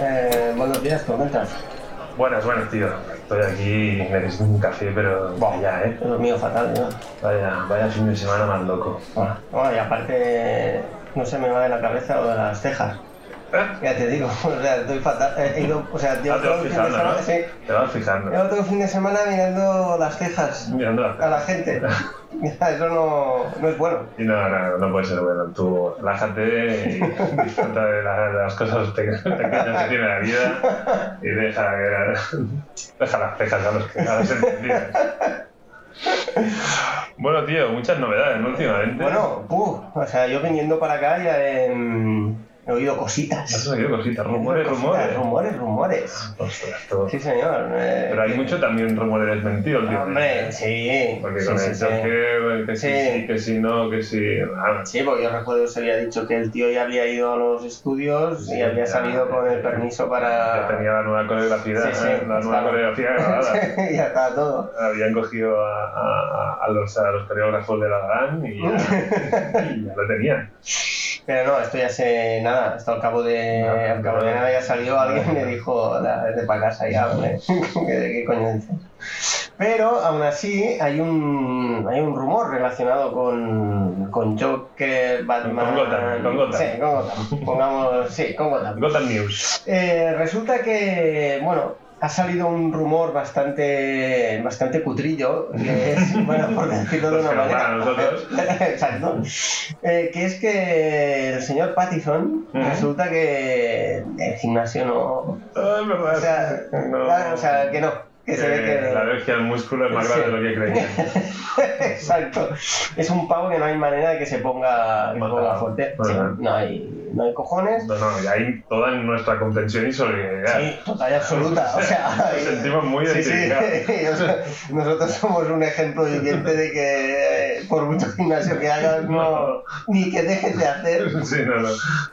Eh, buenos días, comentas. Buenas, buenas, tío. Estoy aquí, necesito un café, pero vaya, ¿eh? He dormido fatal, ¿no? Vaya, vaya fin de semana más loco. Ah, bueno, y aparte, no se me va de la cabeza o de las cejas. ¿Eh? Ya te digo, o sea, estoy fatal. eh, He ido, o sea, Ah, llevo te todo vas el fin de fijando, ¿no? semana, sí. Te vas fijando. Llevo todo el fin de semana mirando las cejas Mirando la a la gente. Mira, Eso no, no es bueno. Y No, no, no puede ser bueno. Tú relájate y disfruta de, la- de las cosas pe- pequeñas que tiene la vida y deja, deja las cejas a los que a los entendidos. Bueno, tío, muchas novedades, ¿no? Últimamente. Bueno, puh, o sea, yo viniendo para acá ya eh, he oído Has cositas. oído cositas, rumores, rumores. Cositas, Rumores, rumores. Ostras, tú. Sí, señor. eh, Pero hay mucho también rumores desmentidos, tío. Hombre, sí. ¿eh? Porque sí, con sí, el sí. choque, que sí, Sí. sí, que sí, no, que sí. Ah, Sí, porque yo recuerdo que se había dicho que el tío ya había ido a los estudios Sí, y había ya, salido ya, con el ya. permiso ya para. tenía la nueva coreografía, Sí, sí, eh, la nueva claro. coreografía grabada. ya está todo. habían cogido a, a- a- a los, a los coreógrafos de la Dan y ya, y ya lo tenían. Pero no, esto ya se. Nada, hasta al cabo de. Nada, al cabo de nada. nada ya salió alguien y me dijo, "La- vete para casa ya, hombre. ¿Qué, qué coño dices? Pero aún así hay un hay un rumor relacionado con, con Joker, Batman. Con Gotham, con Gotham. Sí, con Gotham. Pongamos, sí, con Gotham. Gotham News. Eh, resulta que, bueno, ha salido un rumor bastante, bastante cutrillo, que es, bueno, por decirlo de Los una manera. Pues que nos van a nosotros. Exacto. Eh, que es que el señor Pattison Ujú. resulta que el gimnasio no. Ah, es verdad. O sea, No. o sea, que no. Que se ve Eh, que. La alergia al músculo es más Sí. grave de lo que creía. Exacto. Es un pavo que no hay manera de que se ponga, que se ponga Matado. fuerte. Ajá. Sí, no, hay, no hay cojones. No, no, y ahí toda nuestra comprensión y solidaridad. Sí, total y absoluta. O sea, Nos sentimos muy sí, sí. identificados. Nosotros somos un ejemplo viviente de que eh, por mucho gimnasio que hagas, no, ni que dejes de hacer, Sí, no, no.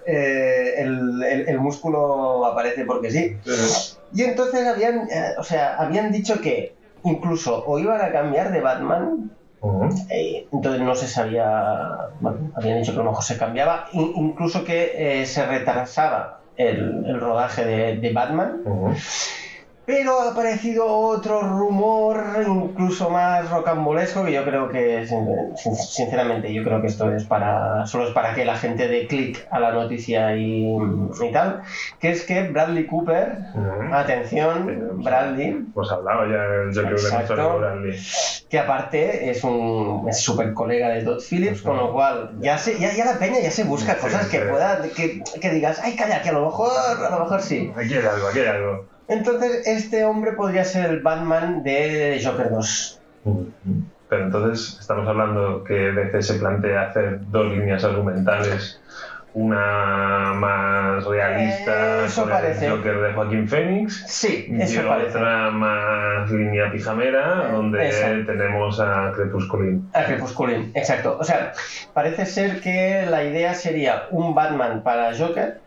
eh, el, el- el músculo aparece porque sí. Sí. Y entonces habían, eh, o sea, habían dicho que incluso o iban a cambiar de Batman, Ujú. eh, entonces no se sabía, bueno, habían dicho que a lo mejor se cambiaba, in- incluso que eh, se retrasaba el, el rodaje de- de Batman. Ujú. Pero ha aparecido otro rumor, incluso más rocambolesco, que yo creo que, sin- sin- sinceramente, yo creo que esto es para, solo es para que la gente dé clic a la noticia y, y tal, que es que Bradley Cooper, Ujú. atención, Bradley, Hemos hablado Pues ya del Joker de Exacto. Antonio Bradley. que aparte es un es súper colega de Todd Phillips, con lo cual ya, se, ya, ya la peña ya se busca Sí, cosas que sí. puedan, que, que digas, ay, calla, que a lo mejor, a lo mejor Pues sí. Aquí hay algo, aquí hay algo. Entonces, este hombre podría ser el Batman de Joker 2. Pero entonces estamos hablando que DC se plantea hacer dos líneas argumentales, una más realista Eso sobre parece. el Joker de Joaquín Phoenix Sí, y eso parece. otra más línea pijamera Eh, donde exacto. tenemos a Crepusculín. A Crepusculin, Ah, exacto. O sea, parece ser que la idea sería un Batman para Joker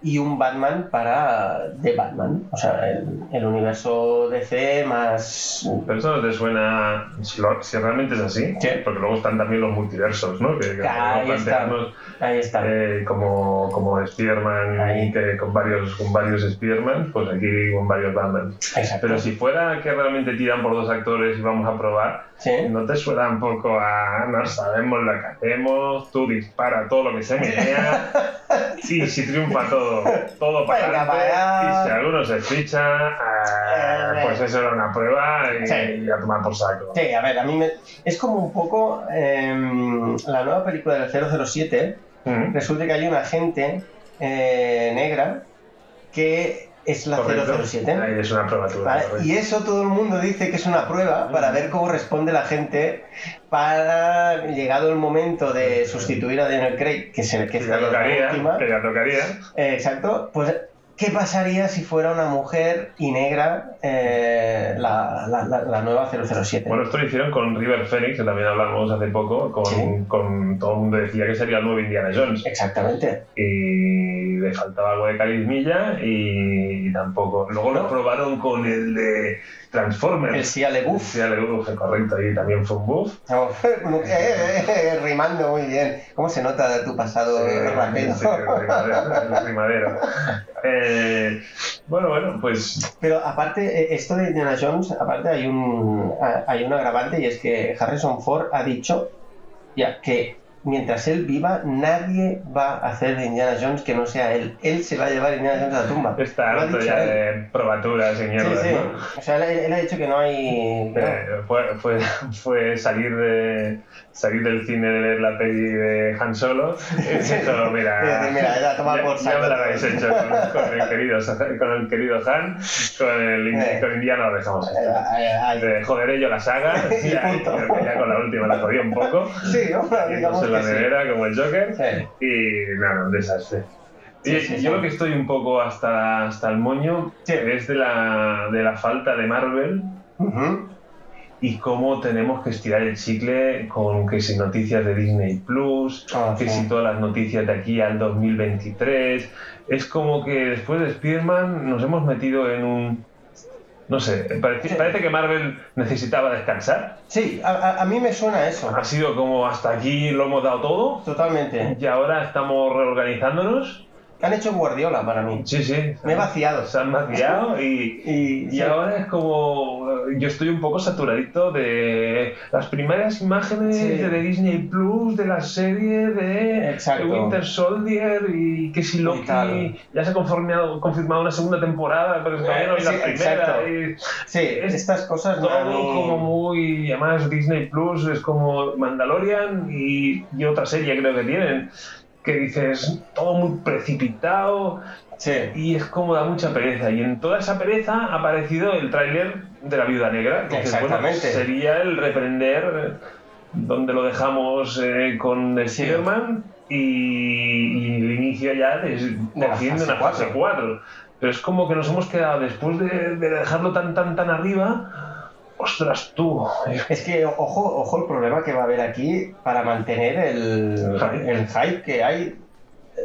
y un Batman para The Batman. O sea, el, el universo DC más... Pero eso no te suena, si, lo- si realmente es así, Sí. porque luego están también los multiversos, ¿no? Que, que Ahí podemos está. plantearnos, Ahí está. eh, como, como Spider-Man, Ahí. que con varios, con varios Spider-Man, pues aquí con varios Batman. Exacto. Pero si fuera que realmente tiran por dos actores y vamos a probar, Sí. ¿no te suena un poco a no sabemos lo que hacemos, tú dispara todo lo que se me vea y si triunfa todo, todo para Venga, adelante, para allá. y si alguno se ficha, ah, Eh, pues eso era una prueba y, Sí. y a tomar por saco. Sí, a ver, a mí me... Es como un poco em, la nueva película del 007, Mm, Resulta que hay una agente eh, negra que es la correcto. 007. Ahí es una probatura. ¿vale? correcto. Y eso todo el mundo dice que es una prueba para ver cómo responde la gente para llegado el momento de sustituir a Daniel Craig, que es el que Que es ya tocaría, última. que ya tocaría. eh, exacto. Pues, ¿qué pasaría si fuera una mujer y negra eh, la, la- la- la nueva 007? Bueno, esto lo hicieron con River Phoenix, que también hablamos hace poco, con, Sí. con todo el mundo decía que sería el nuevo Indiana Jones. Exactamente. y de le faltaba algo de carismilla y, y tampoco. Luego lo probaron con el de Transformers. El Sia LeBouf. Sí, el buff, correcto, y también fue un buff. No, eh, eh, eh, rimando muy bien. ¿Cómo se nota tu pasado eh, rapero? sí, rimadero, rimadero. Eh, bueno, bueno, pues Pero aparte, eh, esto de Indiana Jones, aparte hay un a- hay un agravante y es que Harrison Ford ha dicho ya que mientras él viva nadie va a hacer de Indiana Jones que no sea él. Él se va a llevar Indiana Jones a la tumba. está Lo ha harto dicho ya él. de probaturas y Sí, mierdas, sí. ¿no? O sea, él, él ha dicho que no hay. Eh, fue, fue, fue salir de salir del cine de ver la peli de Han Solo y dijo, mira, Mira, mira, era tomar ya- por ya, saco. me la habéis hecho con, con el querido, con el querido Han, con el indi- Eh. con Indiana lo dejamos. Eh, eh, eh, De joderé yo la saga, Y ya, punto. creo que ya con la última la jodí un poco, Sí, hombre, digamos yéndose en la que sí. nevera como el Joker, Sí. y nada, un desastre. Sí, Y- sí, y sí. yo lo que estoy un poco hasta, hasta el moño Sí. es de la, de la falta de Marvel Ujú. y cómo tenemos que estirar el chicle con que si noticias de Disney Plus, Ah, que sí. si todas las noticias de aquí al 2023. Es como que después de Spider-Man nos hemos metido en un. No sé, parece, parece que Marvel necesitaba descansar. Sí, a, a- a mí me suena eso. Ha sido como hasta aquí lo hemos dado todo Totalmente. y ahora estamos reorganizándonos. Han hecho Guardiola para mí. Sí, sí. Me he vaciado. Se han vaciado y, Y, Y sí. ahora es como. Yo estoy un poco saturadito de las primeras imágenes Sí. de Disney Plus, de la serie de Exacto. Winter Soldier y que si Loki tal. ya se ha confirmado, confirmado una segunda temporada, pero todavía no es la Eh, sí, exacto. primera. y Sí, estas cosas no. todo a mí- como muy. y Además, Disney Plus es como Mandalorian y, y otra serie creo que tienen. Que dices, todo muy precipitado, Sí. y es como da mucha pereza. Y en toda esa pereza ha aparecido el tráiler de la Viuda Negra. Entonces, bueno, Exactamente. sería el reprender eh, donde lo dejamos eh, con Sí. Spider-Man y, y el inicio ya de, la por fin de fase una fase cuatro. 4. Pero es como que nos hemos quedado, después de, de dejarlo tan, tan, tan arriba, ostras tú, es Es que, ojo, ojo el problema que va a haber aquí para mantener el, Hype. el hype que hay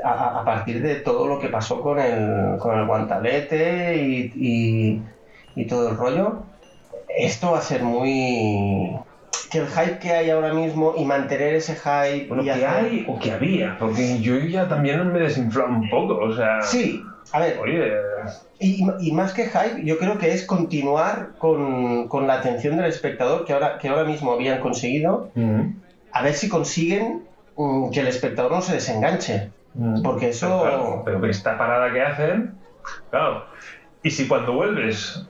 a- a, a partir de todo lo que pasó con el, con el guantalete y, y- y todo el rollo. Esto va a ser muy. Que el hype que hay ahora mismo y mantener ese hype bueno, y que hacer- hay o que había, porque yo ya también me he desinflado un poco, o sea, Sí, a ver, oye, Y, y más que hype, yo creo que es continuar con, con la atención del espectador que ahora, que ahora mismo habían conseguido, mm, a ver si consiguen mm, que el espectador no se desenganche. mm. Porque Pero, claro, eso... pero que esta parada que hacen, claro. Y si cuando vuelves,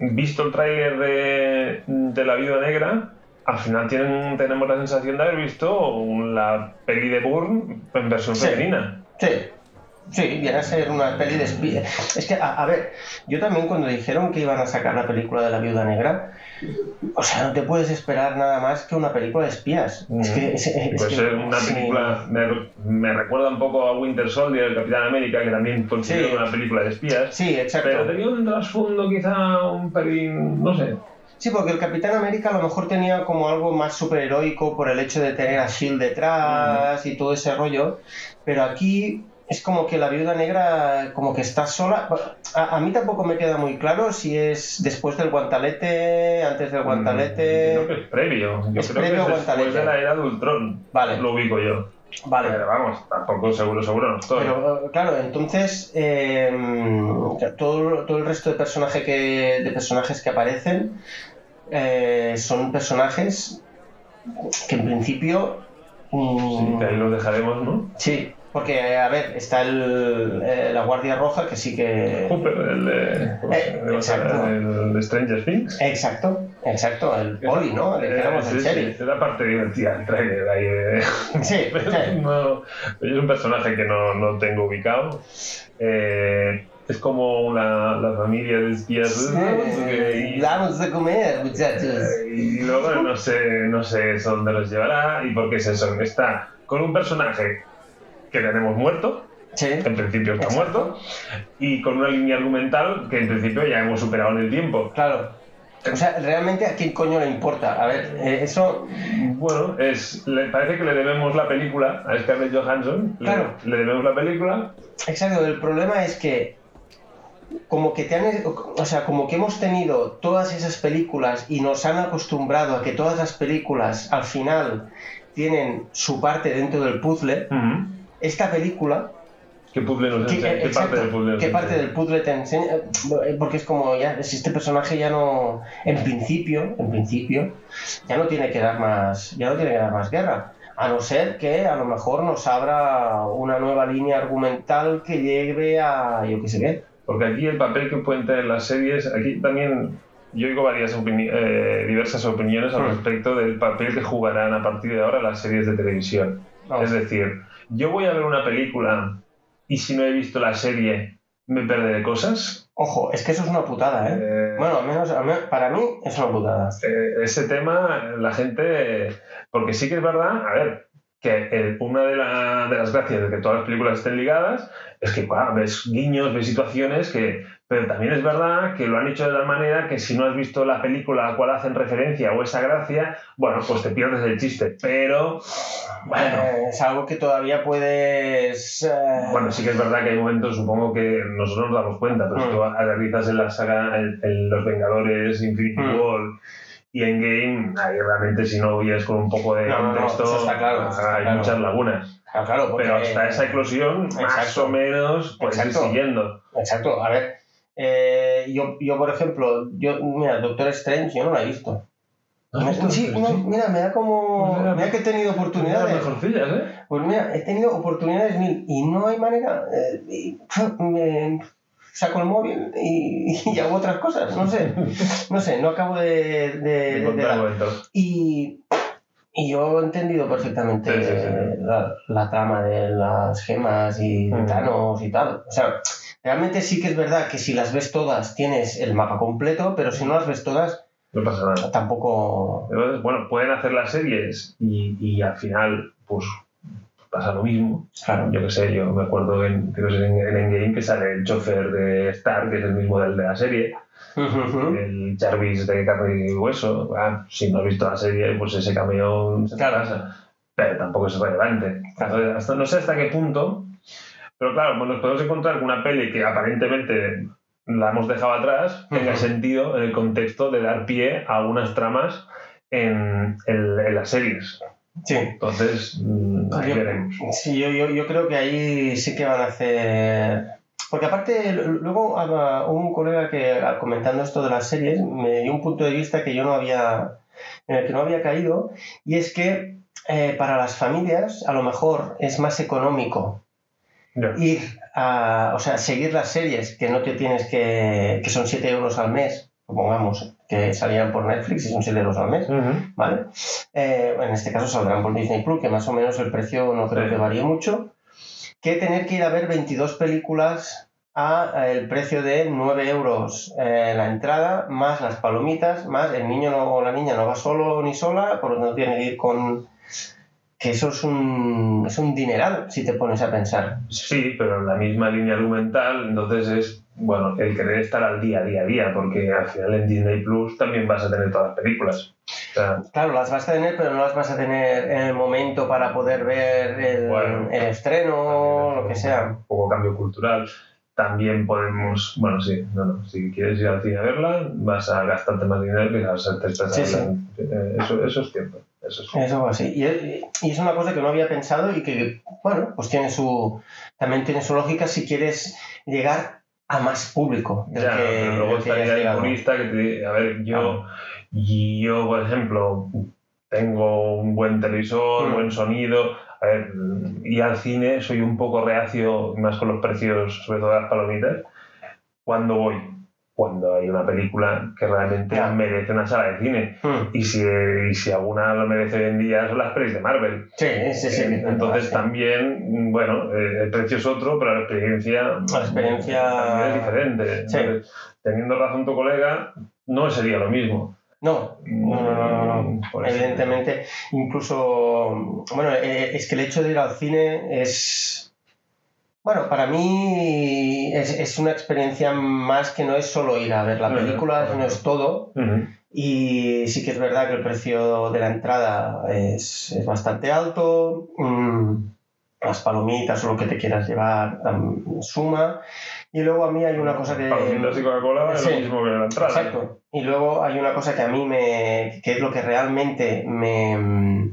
visto el tráiler de, de La Viuda Negra, al final tienen, tenemos la sensación de haber visto la peli de Bourne en versión Sí. femenina. Sí, sí, viene a ser una peli de espía. Es que, a, a ver, yo también cuando dijeron que iban a sacar la película de la Viuda Negra, o sea, no te puedes esperar nada más que una película de espías. Es que... es- es pues que- es una sí. película, me, me recuerda un poco a Winter Soldier, el Capitán América, que también considero Sí. una película de espías. Sí, exacto. Pero tenía un trasfondo quizá un pelín, no sé. Sí, porque el Capitán América a lo mejor tenía como algo más superheroico por el hecho de tener a Shield detrás y todo ese rollo, pero aquí es como que la Viuda Negra como que está sola. A, a mí tampoco me queda muy claro si es después del guantalete, antes del Mm, Creo guantalete. que es previo. Yo Es creo previo que es después guantanete. de la era de Ultron. Vale. Lo ubico yo. Vale. Pero vamos, tampoco seguro, seguro no estoy. Pero eh, claro, entonces eh, todo, todo el resto de, personaje que, de personajes que aparecen eh, son personajes que en principio... Sí, mm, que ahí los dejaremos, ¿no? Sí, porque, eh, a ver, está el, eh, la Guardia Roja, que sí que... Hooper, el, eh, ¿cómo se llama? exacto. el de Stranger Things. Exacto, exacto, el poli, ¿no? Le Eh, dijéramos sí, el sí, sheriff. es la parte divertida del trailer. Ahí, eh. Sí, sí. No, es un personaje que no, no tengo ubicado. Eh, es como una, la familia de espías. que- Sí, Damos de comer, muchachos. Eh, Y luego no sé, no sé eso dónde los llevará y por qué es eso. Está con un personaje que tenemos muerto, Sí, en principio está Exacto. muerto, y con una línea argumental que en principio ya hemos superado en el tiempo. claro. O sea, realmente a quién coño le importa. A ver, eh, eso. Bueno, es, le parece que le debemos la película a Scarlett Johansson. Le- Claro. Le, debemos la película. Exacto, el problema es que. Como que te han. O sea, como que hemos tenido todas esas películas y nos han acostumbrado a que todas las películas al final tienen su parte dentro del puzzle. Esta película ¿Qué puzzle nos ¿Qué, enseña? ¿Qué exacto, parte del puzzle? nos ¿qué parte enseña? del puzzle te enseña? Eh, Porque es como, ya, si este personaje ya no, en principio, en principio, ya no tiene que dar más, ya no tiene que dar más guerra. A no ser que a lo mejor nos abra una nueva línea argumental que lleve a, yo qué sé qué. Porque aquí el papel que pueden tener las series, aquí también yo oigo varias opini- eh, diversas opiniones al Hmm. respecto del papel que jugarán a partir de ahora las series de televisión. No. Es decir, yo voy a ver una película y si no he visto la serie, ¿me perderé cosas? Ojo, es que eso es una putada, ¿eh? Eh, Bueno, al menos, al menos para mí es una putada. eh, ese tema, la gente. Porque sí que es verdad, a ver, que eh, una de, la- de las gracias de que todas las películas estén ligadas es que claro, ves guiños, ves situaciones que. Pero también es verdad que lo han hecho de tal manera que si no has visto la película a la cual hacen referencia o esa gracia, bueno, pues te pierdes el chiste. Pero. Bueno. Eh, es algo que todavía puedes... eh, Bueno, sí que es verdad que hay momentos, supongo que nosotros nos damos cuenta, pero Mm. si tú analizas en la saga en, en Los Vengadores, Infinity Mm. War y Endgame, ahí realmente si no huyes con un poco de No, no, no, contexto, eso está claro, eso está hay claro. muchas lagunas. claro, claro, porque- Pero hasta esa eclosión, más Exacto. o menos, puedes ir Exacto. siguiendo. Exacto, a ver. eh, yo, yo, por ejemplo, yo, mira, Doctor Strange, yo no la he visto. Ah, sí, no, mira, me da como. Pues mira, mira que he tenido Mira, oportunidades. mejorcillas, ¿eh? Pues mira, he tenido oportunidades mil y no hay manera. eh, y, me saco el móvil y, y hago otras cosas, no sé. No sé, no acabo de. de- de- de Encontrar dar. momentos. y, y yo he entendido perfectamente Sí, sí, sí. La, la trama de las gemas y de Mm. Thanos y tal. O sea, realmente sí que es verdad que si las ves todas tienes el mapa completo, pero si no las ves todas No pasa nada. tampoco... Entonces, bueno, pueden hacer las series y, y al final, pues pasa lo mismo. Claro. Yo qué sé, yo me acuerdo en, creo que es en, en Endgame que sale el chofer de Stark, que es el mismo del de la serie, el Jarvis de carne y hueso. Ah, si no has visto la serie, pues ese cameo se te Claro. pasa. Pero tampoco es relevante. Claro. Entonces, hasta- no sé hasta qué punto, pero claro, pues nos podemos encontrar con una peli que aparentemente la hemos dejado atrás, Ujú. tenga sentido en el contexto de dar pie a algunas tramas en, en- en las series. Sí. Entonces, mm, ahí Pues Yo- veremos. Sí, yo, yo, yo creo que ahí sí que van a hacer... Porque aparte, l- luego habla- hubo un colega que al- comentando esto de las series me dio un punto de vista que yo no había, en el que no había caído, y es que eh, para las familias a lo mejor es más económico Ya. ir a, o sea, seguir las series que no te tienes que, que son 7 euros al mes, supongamos, que salían por Netflix y son 7 euros al mes, Ujú. ¿vale? Eh, en este caso saldrán por Disney Plus, que más o menos el precio no creo Sí. que varíe mucho, que tener que ir a ver 22 películas a eh, el precio de 9 euros eh, la entrada, más las palomitas, más el niño no- o la niña no va solo ni sola, por lo tanto tiene que ir con... Que eso es un, es un dineral, si te pones a pensar. Sí, pero en la misma línea argumental, entonces es, bueno, el querer estar al día, día a día, porque al final en Disney Plus también vas a tener todas las películas. O sea, Claro, las vas a tener, pero no las vas a tener en el momento para poder ver el, Bueno. el estreno, lo que sea. Un poco cambio cultural. También podemos, bueno, sí, no, no, si quieres ir al cine a verla, vas a gastarte más dinero que vas a te estás Sí, sí. hablando. Eh, Eso, eso es cierto. Eso es cierto. Eso así. Y es, y es una cosa que no había pensado y que, bueno, pues tiene su. También tiene su lógica si quieres llegar a más público. del Ya, que- pero luego del que ya Ah. has estaría el llegado. purista que te dice, a ver, yo, yo, por ejemplo, tengo un buen televisor, Mm. buen sonido, a ver, y al cine soy un poco reacio, más con los precios, sobre todo de las palomitas, cuando voy, cuando hay una película que realmente Ya. merece una sala de cine. Mm, Y si, y si alguna lo merece hoy en día son las pelis de Marvel. Sí, sí, sí. Eh, Entonces Sí. también, bueno, eh, el precio es otro, pero la experiencia, La experiencia- también es diferente. Sí. Entonces, teniendo razón tu colega, no sería lo mismo. No, No, no, no, no, no. Mm, Por eso- Evidentemente, incluso, bueno, eh, es que el hecho de ir al cine es, Bueno, para mí es, es una experiencia más que no es solo ir a ver la Ujú, película, correcto. no es todo. Ujú. Y sí que es verdad que el precio de la entrada es, es bastante alto. mm, las palomitas o lo que te quieras llevar mm, suma. Y luego a mí hay una cosa que... Palomitas y Coca-Cola es Sí. lo mismo que en la entrada. Exacto. ¿eh? Y luego hay una cosa que a mí me. que es lo que realmente me. mm,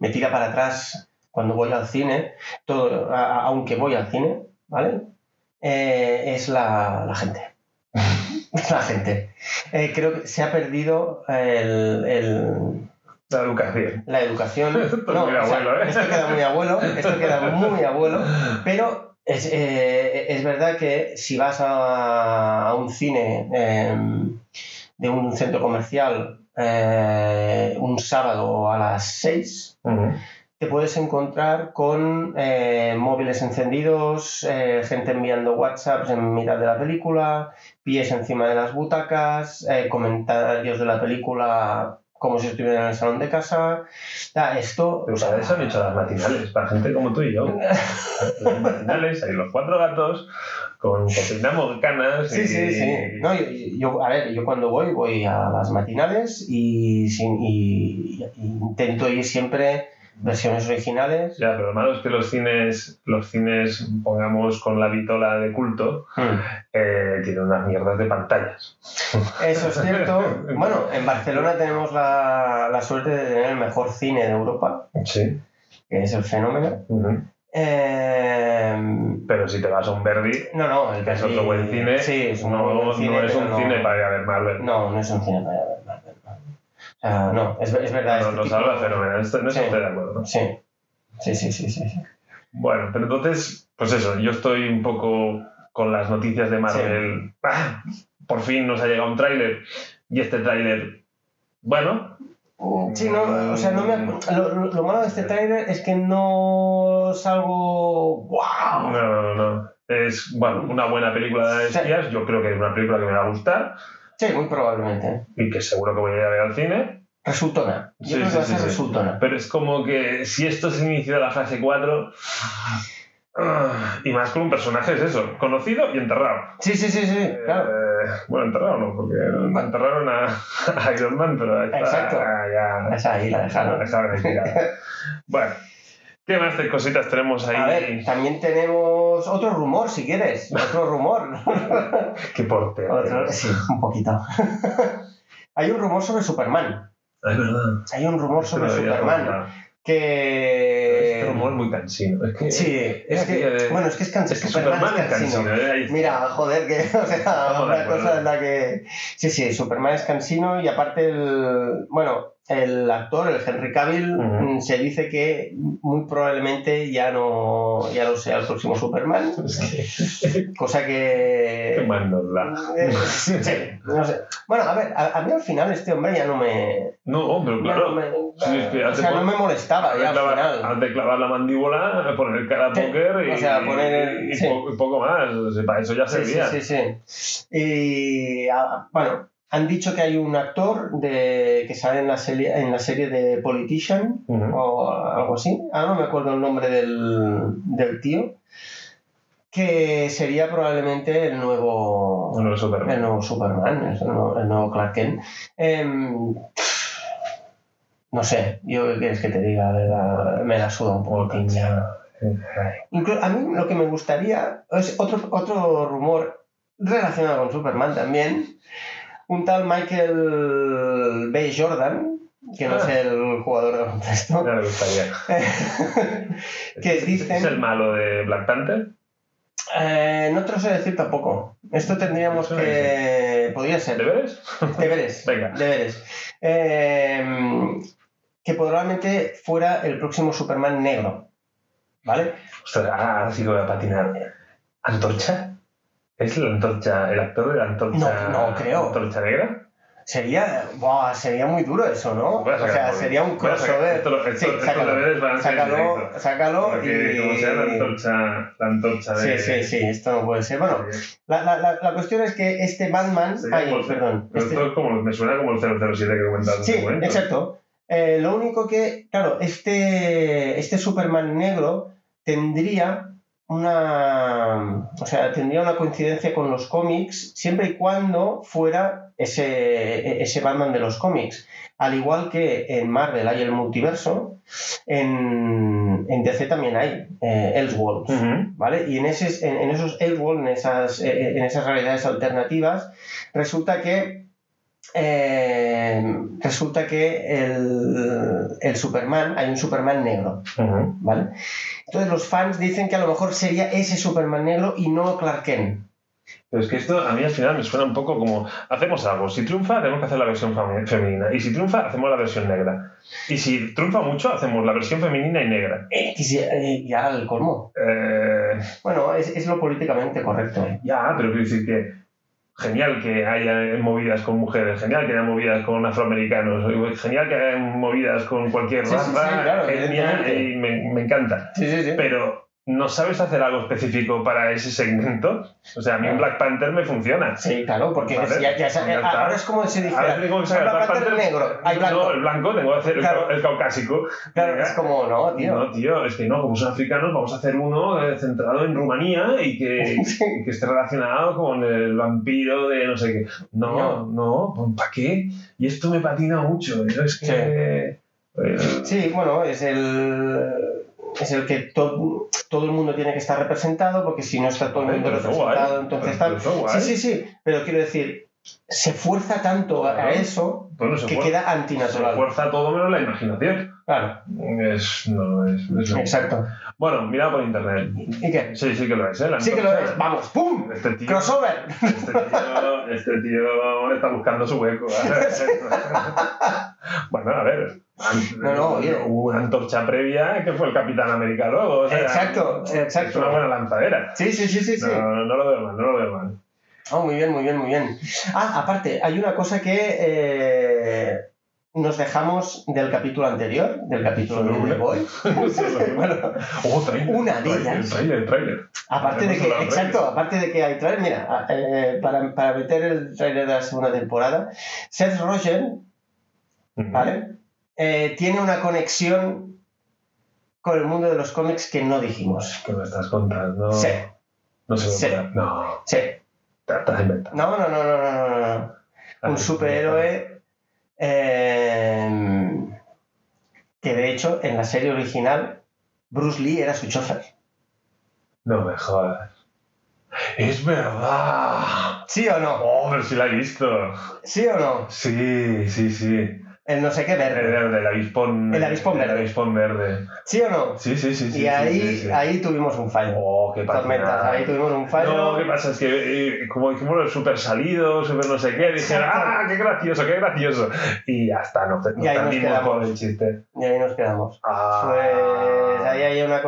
me tira para atrás cuando voy al cine, todo, a- a- aunque voy al cine, ¿vale? Eh, es la, la gente. la gente. Eh, creo que se ha perdido el- el, La educación. la educación. Esto es muy o sea, abuelo, ¿eh? Esto queda muy abuelo, esto queda muy abuelo, pero es, eh, es verdad que si vas a, a un cine eh, de un centro comercial eh, un sábado a las 6, Ujú. te puedes encontrar con eh, móviles encendidos, eh, gente enviando WhatsApps en mitad de la película, pies encima de las butacas, eh, comentarios de la película como si estuvieran en el salón de casa. Ya, esto. Pero para eso han hecho las matinales, para gente como tú y yo. Las matinales, hay los cuatro gatos, con cocina canas Sí, y... sí, sí. No, yo, yo- a ver, yo cuando voy, voy a las matinales y, sin- y- y intento ir siempre versiones originales. Ya, pero lo malo es que los cines, los cines, pongamos con la vitola de culto, eh, tienen unas mierdas de pantallas. Eso es cierto. Bueno, en Barcelona tenemos la, la suerte de tener el mejor cine de Europa, Sí. que es el fenómeno. Eh, no, Pero si te vas a un Verdi, no, el que es otro buen cine, Sí, es un no, buen no cine, es pero un no- cine para ir a ver Marvel. No, no es un cine para ver Marvel, no. O sea, no, es, es verdad. No, este nos tipo- habla fenomenal, esto- en eso Sí. estoy de acuerdo. Sí. Sí, sí, sí, sí. sí. Bueno, pero entonces, pues eso, yo estoy un poco con las noticias de Marvel. ¡Ah! Por fin nos ha llegado un tráiler. Y este tráiler, bueno, Sí, no, o sea, no me acu- lo, lo- lo malo de este trailer es que no salgo. no, ¡Wow! no, no. Es bueno, una buena película de Sí. espías. Yo creo que es una película que me va a gustar Sí, muy probablemente. y que seguro que voy a ir a ver al cine. Resultona. Yo Sí, creo que sí, va a sí, ser sí. resultona. Pero es como que si esto se inició la fase 4, ah, y más con un personaje es eso, conocido y enterrado. Sí, sí, sí, sí, claro. Eh, bueno, enterrado no, porque enterraron a, a Iron Man, pero está, Ah, Exacto. ya Esa ahí la la dejaron. dejaron ahí tirada. bueno, ¿qué más de cositas tenemos ahí? A ver, también tenemos otro rumor, si quieres. Otro rumor. Qué porte. Otro- sí, un poquito. Hay un rumor sobre Superman. Es verdad. Hay un rumor sobre Esto lo había Superman. comentado. Que. Es un rumor muy cansino. Es que, Eh, Sí, es es que- que. Bueno, es que es cansino. es que Superman, es cansino. ¿eh? Ahí- Mira, joder, que, o sea, Estamos de una acuerdo. cosa en la que... Sí, sí, Superman es cansino y aparte el... Bueno, el actor, el Henry Cavill, Ujú. mm, se dice que muy probablemente ya no, ya no sea el próximo Superman, Es que, cosa qué que... mal nos da. Eh, sí, no sé. Bueno, a ver, a, a mí al final este hombre ya no me... No, hombre, ya claro. no me- Sí, es que o sea, hace no me molestaba ya al final. Has de clavar la mandíbula, poner cara a Sí, póker y, o sea, poner el- y sí. po- y poco más. O sea, para eso ya Sí, servía. sí, sí, sí. Y ah, bueno, han dicho que hay un actor de, que sale en la, serie, en la serie de Politician Ujú. o algo así. Ahora no me acuerdo el nombre del, del tío. Que sería probablemente el nuevo. Bueno, Superman. El nuevo Superman, el nuevo, el nuevo Clark Kent. Em, no sé, yo qué quieres que te diga, me la, me la suda un poco. piña. Inclu- a mí lo que me gustaría es otro, otro rumor relacionado con Superman también. Un tal Michael B. Jordan, que no Ah. es el jugador de Ya baloncesto, me gustaría. que ¿Es- dicen- ¿Es el malo de Black Panther? eh, no te lo sé decir tampoco. Esto tendríamos Eso que... Podría ser. ¿Deberes? Deberes. Venga. Deberes. Eh, que probablemente fuera el próximo Superman negro. ¿Vale? Ostras, ah, ahora sí que voy a patinar. ¿Antorcha? ¿Es la antorcha, el actor de la antorcha? No, no creo. ¿Antorcha negra? Sería, buah, sería muy duro eso, ¿no? Voy a O sacar el sea, móvil. sería un Voy a sacar- crossover. Esto, lo- esto, Sí, estos sácalo. deberes van a ser Sácalo, directos. sácalo Porque como sea la y... antorcha, la antorcha Sí, de... sí, sí, esto no puede ser. Bueno, este- la, la, la, la cuestión es que este Batman... Sí, Ay, pues, perdón. Pero este- esto es como, me suena como el 007 que comentaste. Sí, exacto. Eh, lo único que, claro, este, este Superman negro tendría una. O sea, tendría una coincidencia con los cómics siempre y cuando fuera ese, ese Batman de los cómics. Al igual que en Marvel hay el multiverso, en, en DC también hay eh, Elseworlds, Ujú. ¿vale? Y en, ese, en, en esos Elseworlds, en esas, eh, en esas realidades alternativas, resulta que. eh, resulta que el, el Superman, hay un Superman negro. Ujú. ¿vale? Entonces los fans dicen que a lo mejor sería ese Superman negro y no Clark Kent. Pero es que esto a mí al final me suena un poco como, hacemos algo, si triunfa tenemos que hacer la versión fami- femenina, y si triunfa hacemos la versión negra, y si triunfa mucho hacemos la versión femenina y negra. Eh, y, si- eh, y ahora el colmo. Eh, Bueno, es, es lo políticamente correcto. ¿eh? ya, pero quiero decir que genial que haya movidas con mujeres, genial que haya movidas con afroamericanos, genial que haya movidas con cualquier Sí, sí, raza, sí, claro, etnia, evidentemente. y me- me encanta. Sí, sí, sí. pero ¿no sabes hacer algo específico para ese segmento? O sea, a mí un Black Panther me funciona. Ah. Sí, claro, porque Vale, Pues es- ya, ya sa- ya está. ahora es como si dijera, Ahora tengo que sacar "Black Panther negro, hay blanco". No, el blanco, tengo que hacer el, Claro. ca- el caucásico. claro, Venga. es como, no, tío. No, tío, es que no, como son africanos, vamos a hacer uno eh, centrado en Rumanía y que, y que esté relacionado con el vampiro de no sé qué. No, no, ¿para qué? Y esto me patina mucho. ¿no? Es que. Sí. eh, Sí, bueno, es el es el que to- todo el mundo tiene que estar representado, porque si no está todo el mundo pero está representado, guay, entonces pero tal. está Sí, guay. sí, sí, pero quiero decir, se fuerza tanto a- a Claro. eso Bueno, se que fuer- queda se antinatural. fuerza todo menos la imaginación. Claro, Es, no, es, es- exacto. Bueno, mirado por internet. ¿Y qué? Sí, sí que lo es, ¿eh? La Sí que lo antorcha. es. Vamos, ¡pum! Este tío, ¡Crossover! este tío, este tío está buscando su hueco. ¿eh? bueno, a ver. an- No, no, oye. Hubo una antorcha previa que fue el Capitán América luego. o sea, Exacto, Es una exacto. buena lanzadera. Sí, sí, sí, sí, sí. No, no lo veo mal, no lo veo mal. Oh, muy bien, muy bien, muy bien. Ah, aparte, hay una cosa que eh, nos dejamos del capítulo anterior, del capítulo Solo de una. The Boy. Bueno, Oh, trailer, Una de trailer, ellas. Trailer, trailer. aparte de Hemos que, hablado de exacto, ello. aparte de que hay trailer, mira, eh, para, para meter el trailer de la segunda temporada, Seth Rogen, Mm. ¿vale? Eh, tiene una conexión con el mundo de los cómics que no dijimos. ¿Qué me estás contando? Sí, No se lo Sí. puedo- No, sí. te, te has inventado. No, no, no, no, no, no, no, no. Ah, Un superhéroe eh, que de hecho en la serie original Bruce Lee era su chofer. No me jodas. Es verdad. ¿Sí o no? Oh, pero sí la he visto. ¿Sí o no? Sí, sí, sí. El no sé qué El, verde. el, el avispón. El avispón verde. El avispón verde. ¿Sí o no? Sí, sí, sí. sí y ahí, sí, sí, sí. ahí tuvimos un fallo. Oh, qué Tormentas, patinada. ahí tuvimos un fallo. No, ¿qué pasa? Es que eh, como dijimos los super salidos, super no sé qué, dije, Exacto. ¡ah, qué gracioso, qué gracioso! Y ya está, nos, nos Y ahí nos perdimos quedamos. con el chiste. Y ahí nos quedamos. Ah. Pues ahí hay una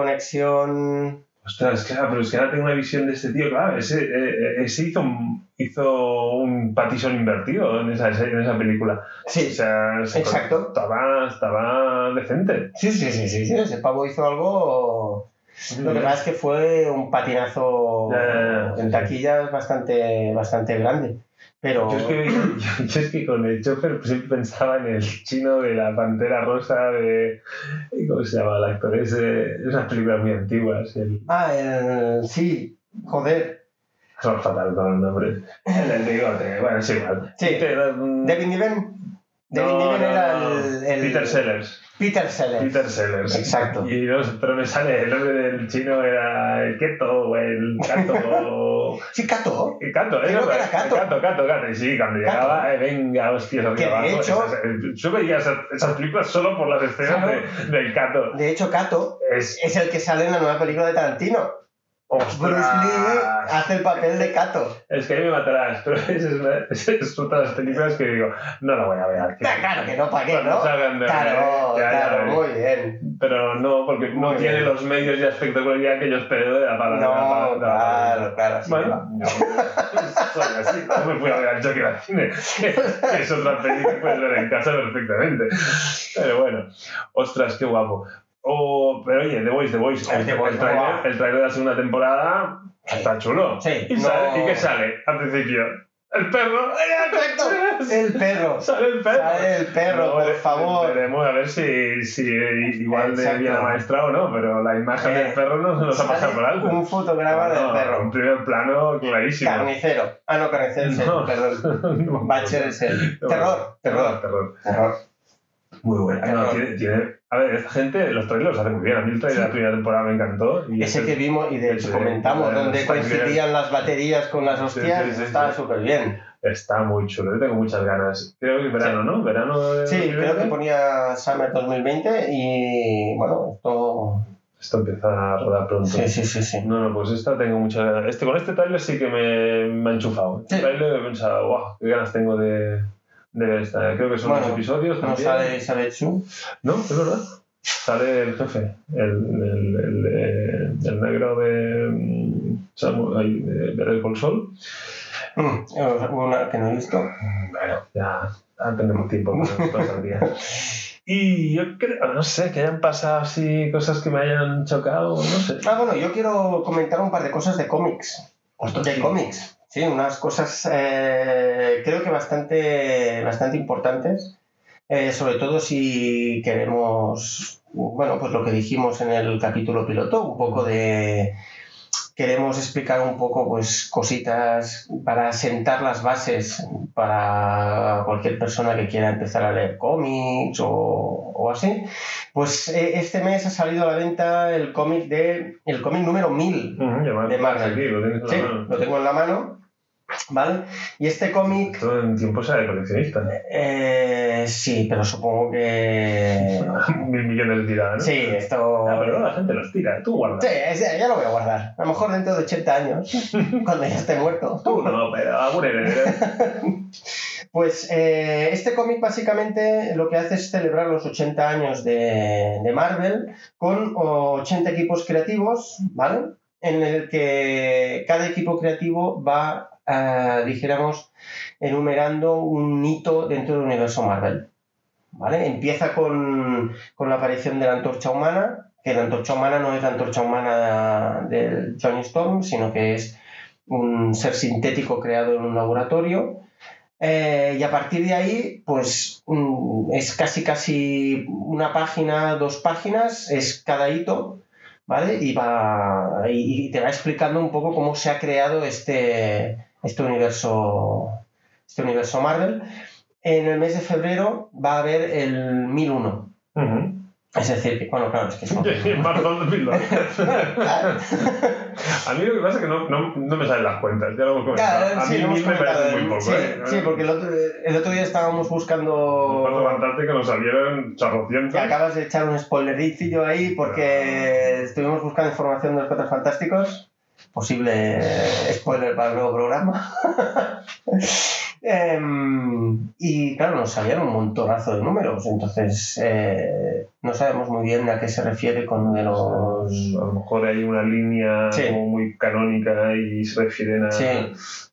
conexión. Ostras, claro, pero es que ahora tengo una visión de este tío, claro, ese, eh, ese hizo, un, hizo un Pattinson invertido en esa, en esa película. O Sí, sea, se- Exacto. Estaba, estaba decente. sí, sí, sí, sí, sí. Ese pavo hizo algo Lo que pasa es que fue un patinazo Ya, ya, ya, sí, en sí. taquillas bastante, bastante grande. Pero. Yo es, que, yo- yo es que con el chofer pues, siempre pensaba en el chino de la pantera rosa de. ¿Cómo se llama el actor? Es, esas películas muy antiguas. El, Ah, el- sí, joder. son fatal con los nombres. El del bigote, bueno, es igual. Sí. Peter, mm, David Niven. David no, Niven no, era no. el, el- Peter Sellers. Peter Sellers. Peter Sellers. Exacto. Y no, pero me sale el nombre del chino era el Keto o el Kato. Sí, Cato. El Kato, ¿eh? Creo que era Kato. Kato, Kato, Kato. Y sí, cuando Kato. llegaba, eh, venga, hostias, Que arriba, de abajo. hecho- Esas- yo veía esas, esas películas solo por las escenas Claro. de- del Kato. De hecho, Cato Es. es el que sale en la nueva película de Tarantino. ostras. Bruce Lee ah. hace el papel de Cato. Es que ahí me matarás, pero es, una- es otra de las películas que digo, no la voy a ver. al cine. Ah, Claro que no, ¿para qué, Cuando no? salgan de- Claro, ya, ya, claro, ya. muy bien. Pero no, porque no Muy tiene bien. los medios y espectacularidad que yo espero de la No, palabra. de la palabra- claro, de la palabra. claro, así que va. Bueno, yo pues, soy así, no me fui a ver al Joker al cine. Es otra peli que puedes ver en casa perfectamente. Pero bueno, ostras, qué guapo. Oh, pero oye, The Voice, The Voice, El el, The Voice, trailer, guau. el trailer de la segunda temporada está chulo. Sí, ¿Y, no- sale- ¿y qué sale al principio? ¡El perro! ¡Exacto! El perro. ¡Sale el perro! Sale el perro, No, por vere- favor. Veremos a ver si, si eh, igual de Exacto. bien amaestrado o no, pero la imagen Eh, del perro no se nos ha pasado Sale por alto. Un fotograma No, del Un perro. primer plano clarísimo. Carnicero. Ah, no, carnicero es él, No. perdón. No. Batcher es él. Terror, terror, terror. terror. Muy buena. Terror. No, tiene- tiene- A ver, esta gente, los trailers los hace muy bien. A mí el trailer de la primera temporada me encantó. Y Ese este- que vimos y de hecho Sí, comentamos, sí, donde está coincidían las baterías con las Sí, hostias, sí, sí, estaba sí. súper bien. Está muy chulo. Yo tengo muchas ganas. Creo que verano, ¿no? Verano de Sí, creo que ponía Summer 2020 y bueno, esto... Esto empieza a rodar pronto. Sí, sí, sí, sí. No, no, pues esta tengo muchas ganas. Este, con este trailer sí que me, me ha enchufado. Este Sí. trailer he pensado, guau, qué ganas tengo de, de ver esta. Creo que son Bueno, dos episodios No también. sale Isabel Chu. No, es verdad. Sale el jefe, el, el, el, eh, el negro de mm, Samu- ay, de Better Call Saul. Mm, Una que no he visto. Bueno, ya, ya tendremos tiempo para pasar el día. Y yo creo, no sé, que hayan pasado así cosas que me hayan chocado, no sé. Ah, bueno, yo quiero comentar un par de cosas de cómics. Ostras, De sí. cómics. Sí, unas cosas eh, creo que bastante, bastante importantes. eh, sobre todo si queremos, bueno, pues lo que dijimos en el capítulo piloto, un poco de. Queremos explicar un poco, pues, cositas para sentar las bases para cualquier persona que quiera empezar a leer cómics o, o así. Pues eh, este mes ha salido a la venta el cómic de. el cómic número 1000 Mm, ya me lo De Marvel. tienes aquí, lo tienes en Sí, la mano. lo tengo en la mano. ¿Vale? Y este cómic, Todo en tiempo sea de coleccionista. eh, sí, pero supongo que. Mil millones de tiradas, ¿no? Sí, esto. Ah, pero no, la gente los tira, tú guardas. Sí, es- ya lo voy a guardar. A lo mejor dentro de 80 años, cuando ya esté muerto. Tú no, pero ¿eh? algún heredero. Pues eh, este cómic básicamente lo que hace es celebrar los 80 años de, de Marvel con 80 equipos creativos, ¿vale? En el que cada equipo creativo va, eh, dijéramos, enumerando un hito dentro del universo Marvel. ¿Vale? Empieza con, con la aparición de la antorcha humana, que la antorcha humana no es la antorcha humana del Johnny Storm, sino que es un ser sintético creado en un laboratorio. Eh, y a partir de ahí, pues mm, es casi casi una página, dos páginas, es cada hito, ¿vale? Y va. Y, y te va explicando un poco cómo se ha creado este, este universo. Este universo Marvel. En el mes de febrero va a haber el 1001. Ujú. Es decir, que, bueno, claro, es que son. Marvel 2002. Pues A mí lo que pasa es que no, no, no me salen las cuentas, ya lo hemos comentado. Claro, a sí, mí lo hemos mil me comentado. parece muy poco. Sí, ¿eh? sí, porque el otro, el otro día estábamos El Cuarto buscando. Fantástica nos salieron Que charrocientos. acabas de echar un spoilericillo ahí porque estuvimos buscando información de los Cuatro Fantásticos. Posible spoiler para el nuevo programa. Em, y claro, nos salían un montonazo de números, entonces eh, no sabemos muy bien a qué se refiere con uno de los. A lo mejor hay una línea Sí. como muy canónica y se refieren a. Sí.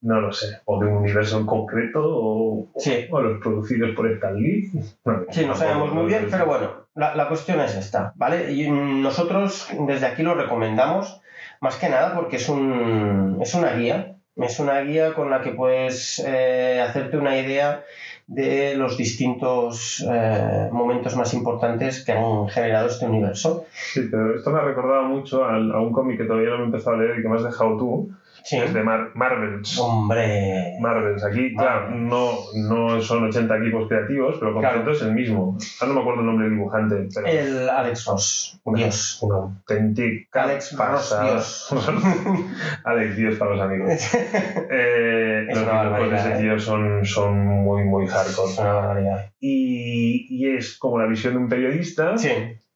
No lo sé. O de un universo en concreto o, Sí. o a los producidos por Stan Lee. Bueno, Sí, no tampoco sabemos muy bien, sé. pero bueno, la, la cuestión es esta, ¿vale? Y mm, nosotros desde aquí lo recomendamos, más que nada porque es, un, es una guía, es una guía con la que puedes eh, hacerte una idea de los distintos eh, momentos más importantes que han generado este universo. Sí, pero esto me ha recordado mucho al- a, un cómic que todavía no me he empezado a leer y que me has dejado tú, Sí, que es de Mar Marvels. hombre. Marvels. Aquí, claro, no, no son 80 equipos creativos, pero el concepto Ah. Claro. es el mismo. Ahora no me acuerdo el nombre del dibujante, pero El Alex Ross, Una- Dios. una auténtica Alex pasada. Ross, Alex Dios para los amigos. Eh, Es los una dibujos de ese barbaridad, tío son, son muy, muy hardcore. Es una barbaridad. Y, y es como la visión de un periodista Sí,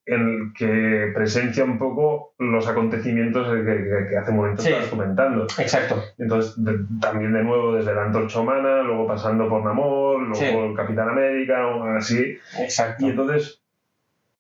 en el que presencia un poco los acontecimientos que, que- que hace un momento Sí. estabas comentando. exacto. Entonces, de- también de nuevo desde la antorcha humana, luego pasando por Namor, luego Sí. el Capitán América, o así. Exacto. Y entonces,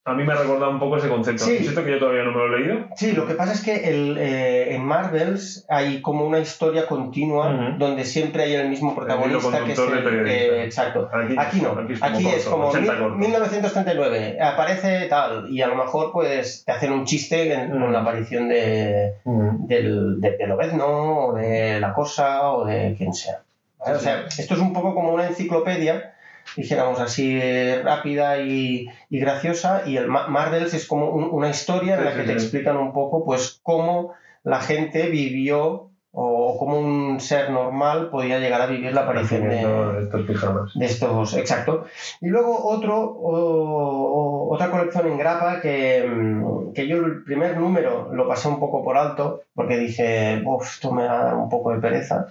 a mí me ha recordado un poco ese concepto. Sí. Es cierto que yo todavía no me lo he leído. Sí, lo que pasa es que el, eh, en Marvels hay como una historia continua Ujú. donde siempre hay el mismo protagonista que es conductor el del periodista. eh, exacto. Aquí, Aquí no, aquí es como, corto, 80 mil- cortos. 1939, aparece tal, y a lo mejor pues te hacen un chiste en- Ujú. con la aparición de, Mm. del, de, de Lobezno, o de la cosa, o de quien sea. O sea, esto es un poco como una enciclopedia, dijéramos así, eh, rápida y, y graciosa, y el Ma- Marvels es como un- una historia en Sí, la sí, que te sí. explican un poco pues cómo la gente vivió o cómo un ser normal podía llegar a vivir la aparición de, Apareciendo estos pijamas. de estos, exacto. Y luego otro, o- o- otra colección en grapa que, mm, que yo el primer número lo pasé un poco por alto porque dije, "Uf, esto me da un poco de pereza.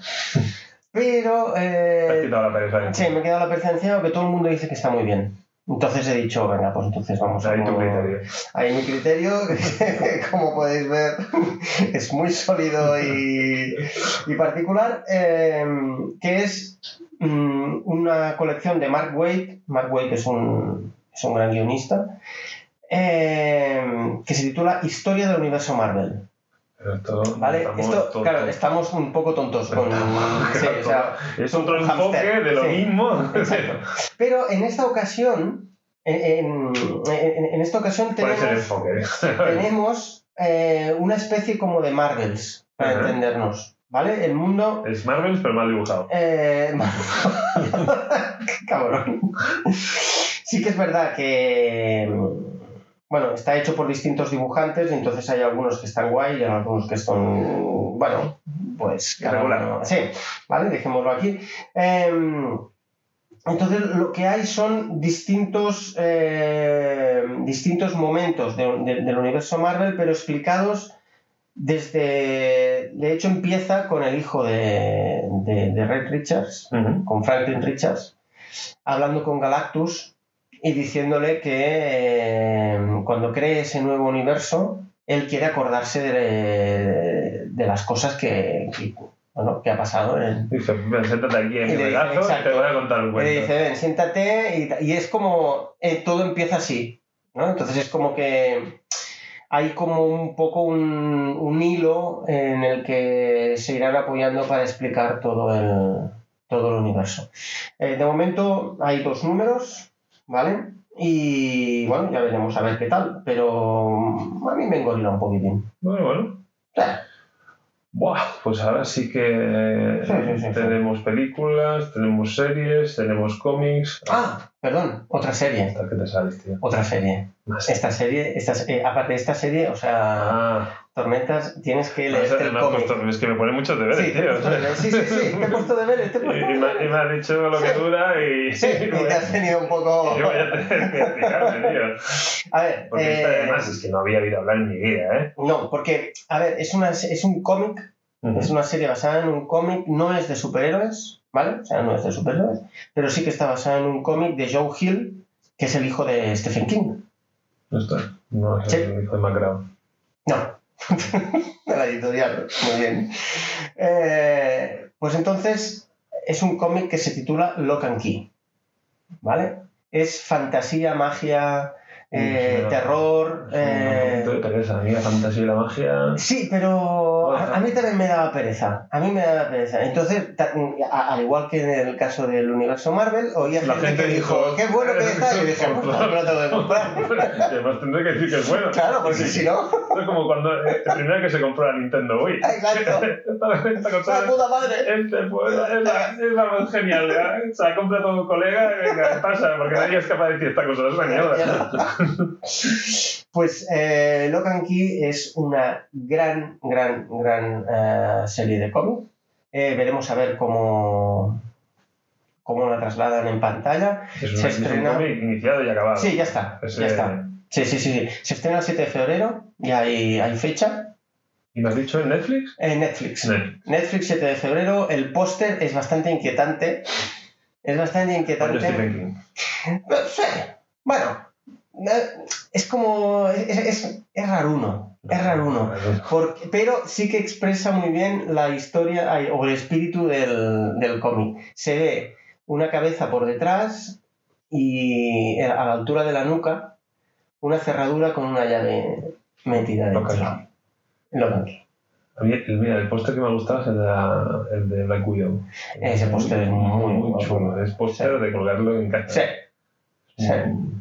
Pero eh, Te has quitado la pereza. de sí, me encima. he quedado la pereza encima que todo el mundo dice que está muy bien. Entonces he dicho, venga, pues entonces vamos a Ahí tu como- criterio. Ahí mi criterio, que, como podéis ver, es muy sólido y, y particular, eh, que es mm, una colección de Mark Waid. Mark Waid es un, es un gran guionista, eh, que se titula Historia del Universo Marvel. Pero esto, ¿Vale? estamos Esto, tontos. claro, estamos un poco tontos con. sí, o sea, es otro un hámster, enfoque de lo sí. mismo. Exacto. pero en esta ocasión. En, en- en- en esta ocasión ¿Cuál tenemos. es el enfoque? ¿eh? tenemos eh, una especie como de Marvels, para Ajá. entendernos, ¿vale? El mundo... Es Marvels, pero mal dibujado. eh, Cabrón. Sí que es verdad que... Bueno, está hecho por distintos dibujantes, y entonces hay algunos que están guay y hay algunos que están... Bueno, pues... cada Irregular. uno- Sí, ¿vale? Dejémoslo aquí. Em, entonces, lo que hay son distintos, eh, distintos momentos de- de- del universo Marvel, pero explicados desde. De hecho, empieza con el hijo de, de- de Red Richards, Ujú. con Franklin Richards, hablando con Galactus y diciéndole que eh, cuando cree ese nuevo universo, él quiere acordarse de, de las cosas que, que, bueno, que ha pasado en, Dice, ven, siéntate aquí en Y le mi dice, regazo y te exacto. voy a contar un y le cuento. dice, ven, siéntate, y, ta- y es como, eh, todo empieza así, ¿no? Entonces es como que hay como un poco un, un hilo en el que se irán apoyando para explicar todo el, todo el universo. Eh, de momento hay dos números, ¿vale? Y bueno, ya veremos a ver qué tal, pero mm, a mí me engorila un poquitín. Bueno, bueno. Ah, Buah, pues ahora sí que eh, Sí, sí, sí, sí. tenemos películas, tenemos series, tenemos cómics. Ah, perdón, otra serie, Hasta que te sales, tío. otra serie. Más. Esta serie, esta, se- eh, aparte de esta serie, o sea... Ah, Tormentas, tienes que no leer sé, el me has cómic. puesto- es que me pone muchos deberes, Sí, te he tío. puesto deberes. sí, sí, sí, te he puesto deberes, te he Y, puesto y me, y deberes. me has dicho lo que Sí. dura y. Sí, y te has tenido un poco... Yo voy a tener que explicarme, tío. A ver, Porque esta, eh, además es que no había oído hablar en mi vida, ¿eh? no, porque, a ver, es, una, es un cómic, es una serie basada en un cómic, no es de superhéroes, ¿vale? O sea, no es de superhéroes, pero sí que está basada en un cómic de Joe Hill, que es el hijo de Stephen King. No está. No, es Sí. el hijo de Macrao. No. de la editorial. Muy bien. Eh, pues entonces es un cómic que se titula Lock and Key. ¿Vale? Es fantasía, magia, eh, Sí, sí, terror. eh, Un poquito de pereza, a mí la fantasía y la magia. Sí, pero a, a mí también me daba pereza. A mí me daba pereza. Entonces, ta- a- al igual que en el caso del universo Marvel, oía La gente, que gente dijo, dijo, qué bueno que está. Y dije, pues no me lo tengo que comprar. Y además tendré que decir que es bueno. Claro, porque Sí. si no, Esto es como cuando eh, el primero que se compró la Nintendo Wii. exacto. Esta- esta ¡La consola- puta madre! Este pues, es, la, es la más genial, ¿verdad? Se la compra todo un colega, venga, pasa, porque nadie es capaz de decir esta cosa, es una mierda. Pues eh, Lock and Key es una gran, gran, gran eh, serie de cómic. Eh, veremos a ver cómo, cómo la trasladan en pantalla. Es un, Se es un estrena- cómic iniciado y acabado. Sí, ya está. Es, Ya eh, está. Sí, sí, sí. sí. Se estrena el 7 de febrero y hay, hay fecha. ¿Y me has dicho en Netflix? en Netflix. Sí. Netflix 7 de febrero. El póster es bastante inquietante. Es bastante Yo inquietante. Stephen King. Eh, sí. Bueno, eh, es como. Es, es, es raruno. Es raruno. Porque- pero sí que expresa muy bien la historia ay, o el espíritu del, del cómic. Se ve una cabeza por detrás y eh, a la altura de la nuca una cerradura con una llave metida Lo dentro. que- Lo que- A mí, el- mira, el póster que me gustaba es el de, la- el de Black Widow. Ese póster es muy chulo. Es póster Sí. de colgarlo en casa. Mm, Sí, sí.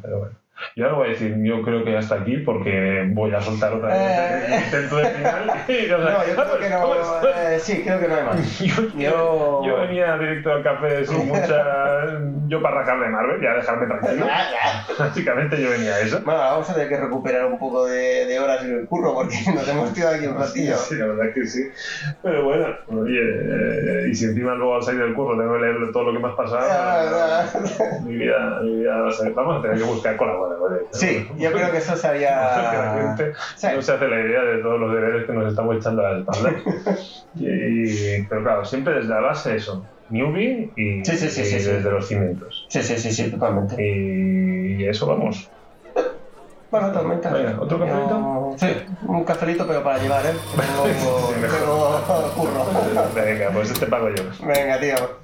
Pero bueno. Yo ahora voy a decir, yo creo que hasta aquí porque voy a soltar otra vez Eh. el intento de final. y, o sea, No, yo creo que no. eh, sí, creo que no hay más. Yo, Yo- yo venía directo al café sin mucha. Yo para arrancar de Marvel, ya dejarme tranquilo. Ah, Básicamente yo venía a eso. Bueno, ahora vamos a tener que recuperar un poco de, de horas en el curro porque nos hemos tirado aquí un ratillo. Sí, la verdad que sí. Pero bueno, oye, eh, y si encima luego al salir del curro tengo que leer todo lo que me has pasado, eh, mi vida, mi vida va a ser- Vamos a tener que buscar colaboradores. Sí, yo creo que eso Que la sería. gente Sí. no se hace la idea de todos los deberes que nos estamos echando a la espalda. Y- pero claro, siempre desde la base eso, newbie y, Sí, sí, sí, y sí, sí. desde los cimientos. Sí, sí, sí, sí, totalmente. Y eso vamos. Bueno, tormenta. Venga, ¿otro cafelito? Yo- Sí, un cafelito, pero para llevar, ¿eh? Tengo, Sí, mejor. tengo curro. Venga, pues este pago yo. Venga, tío.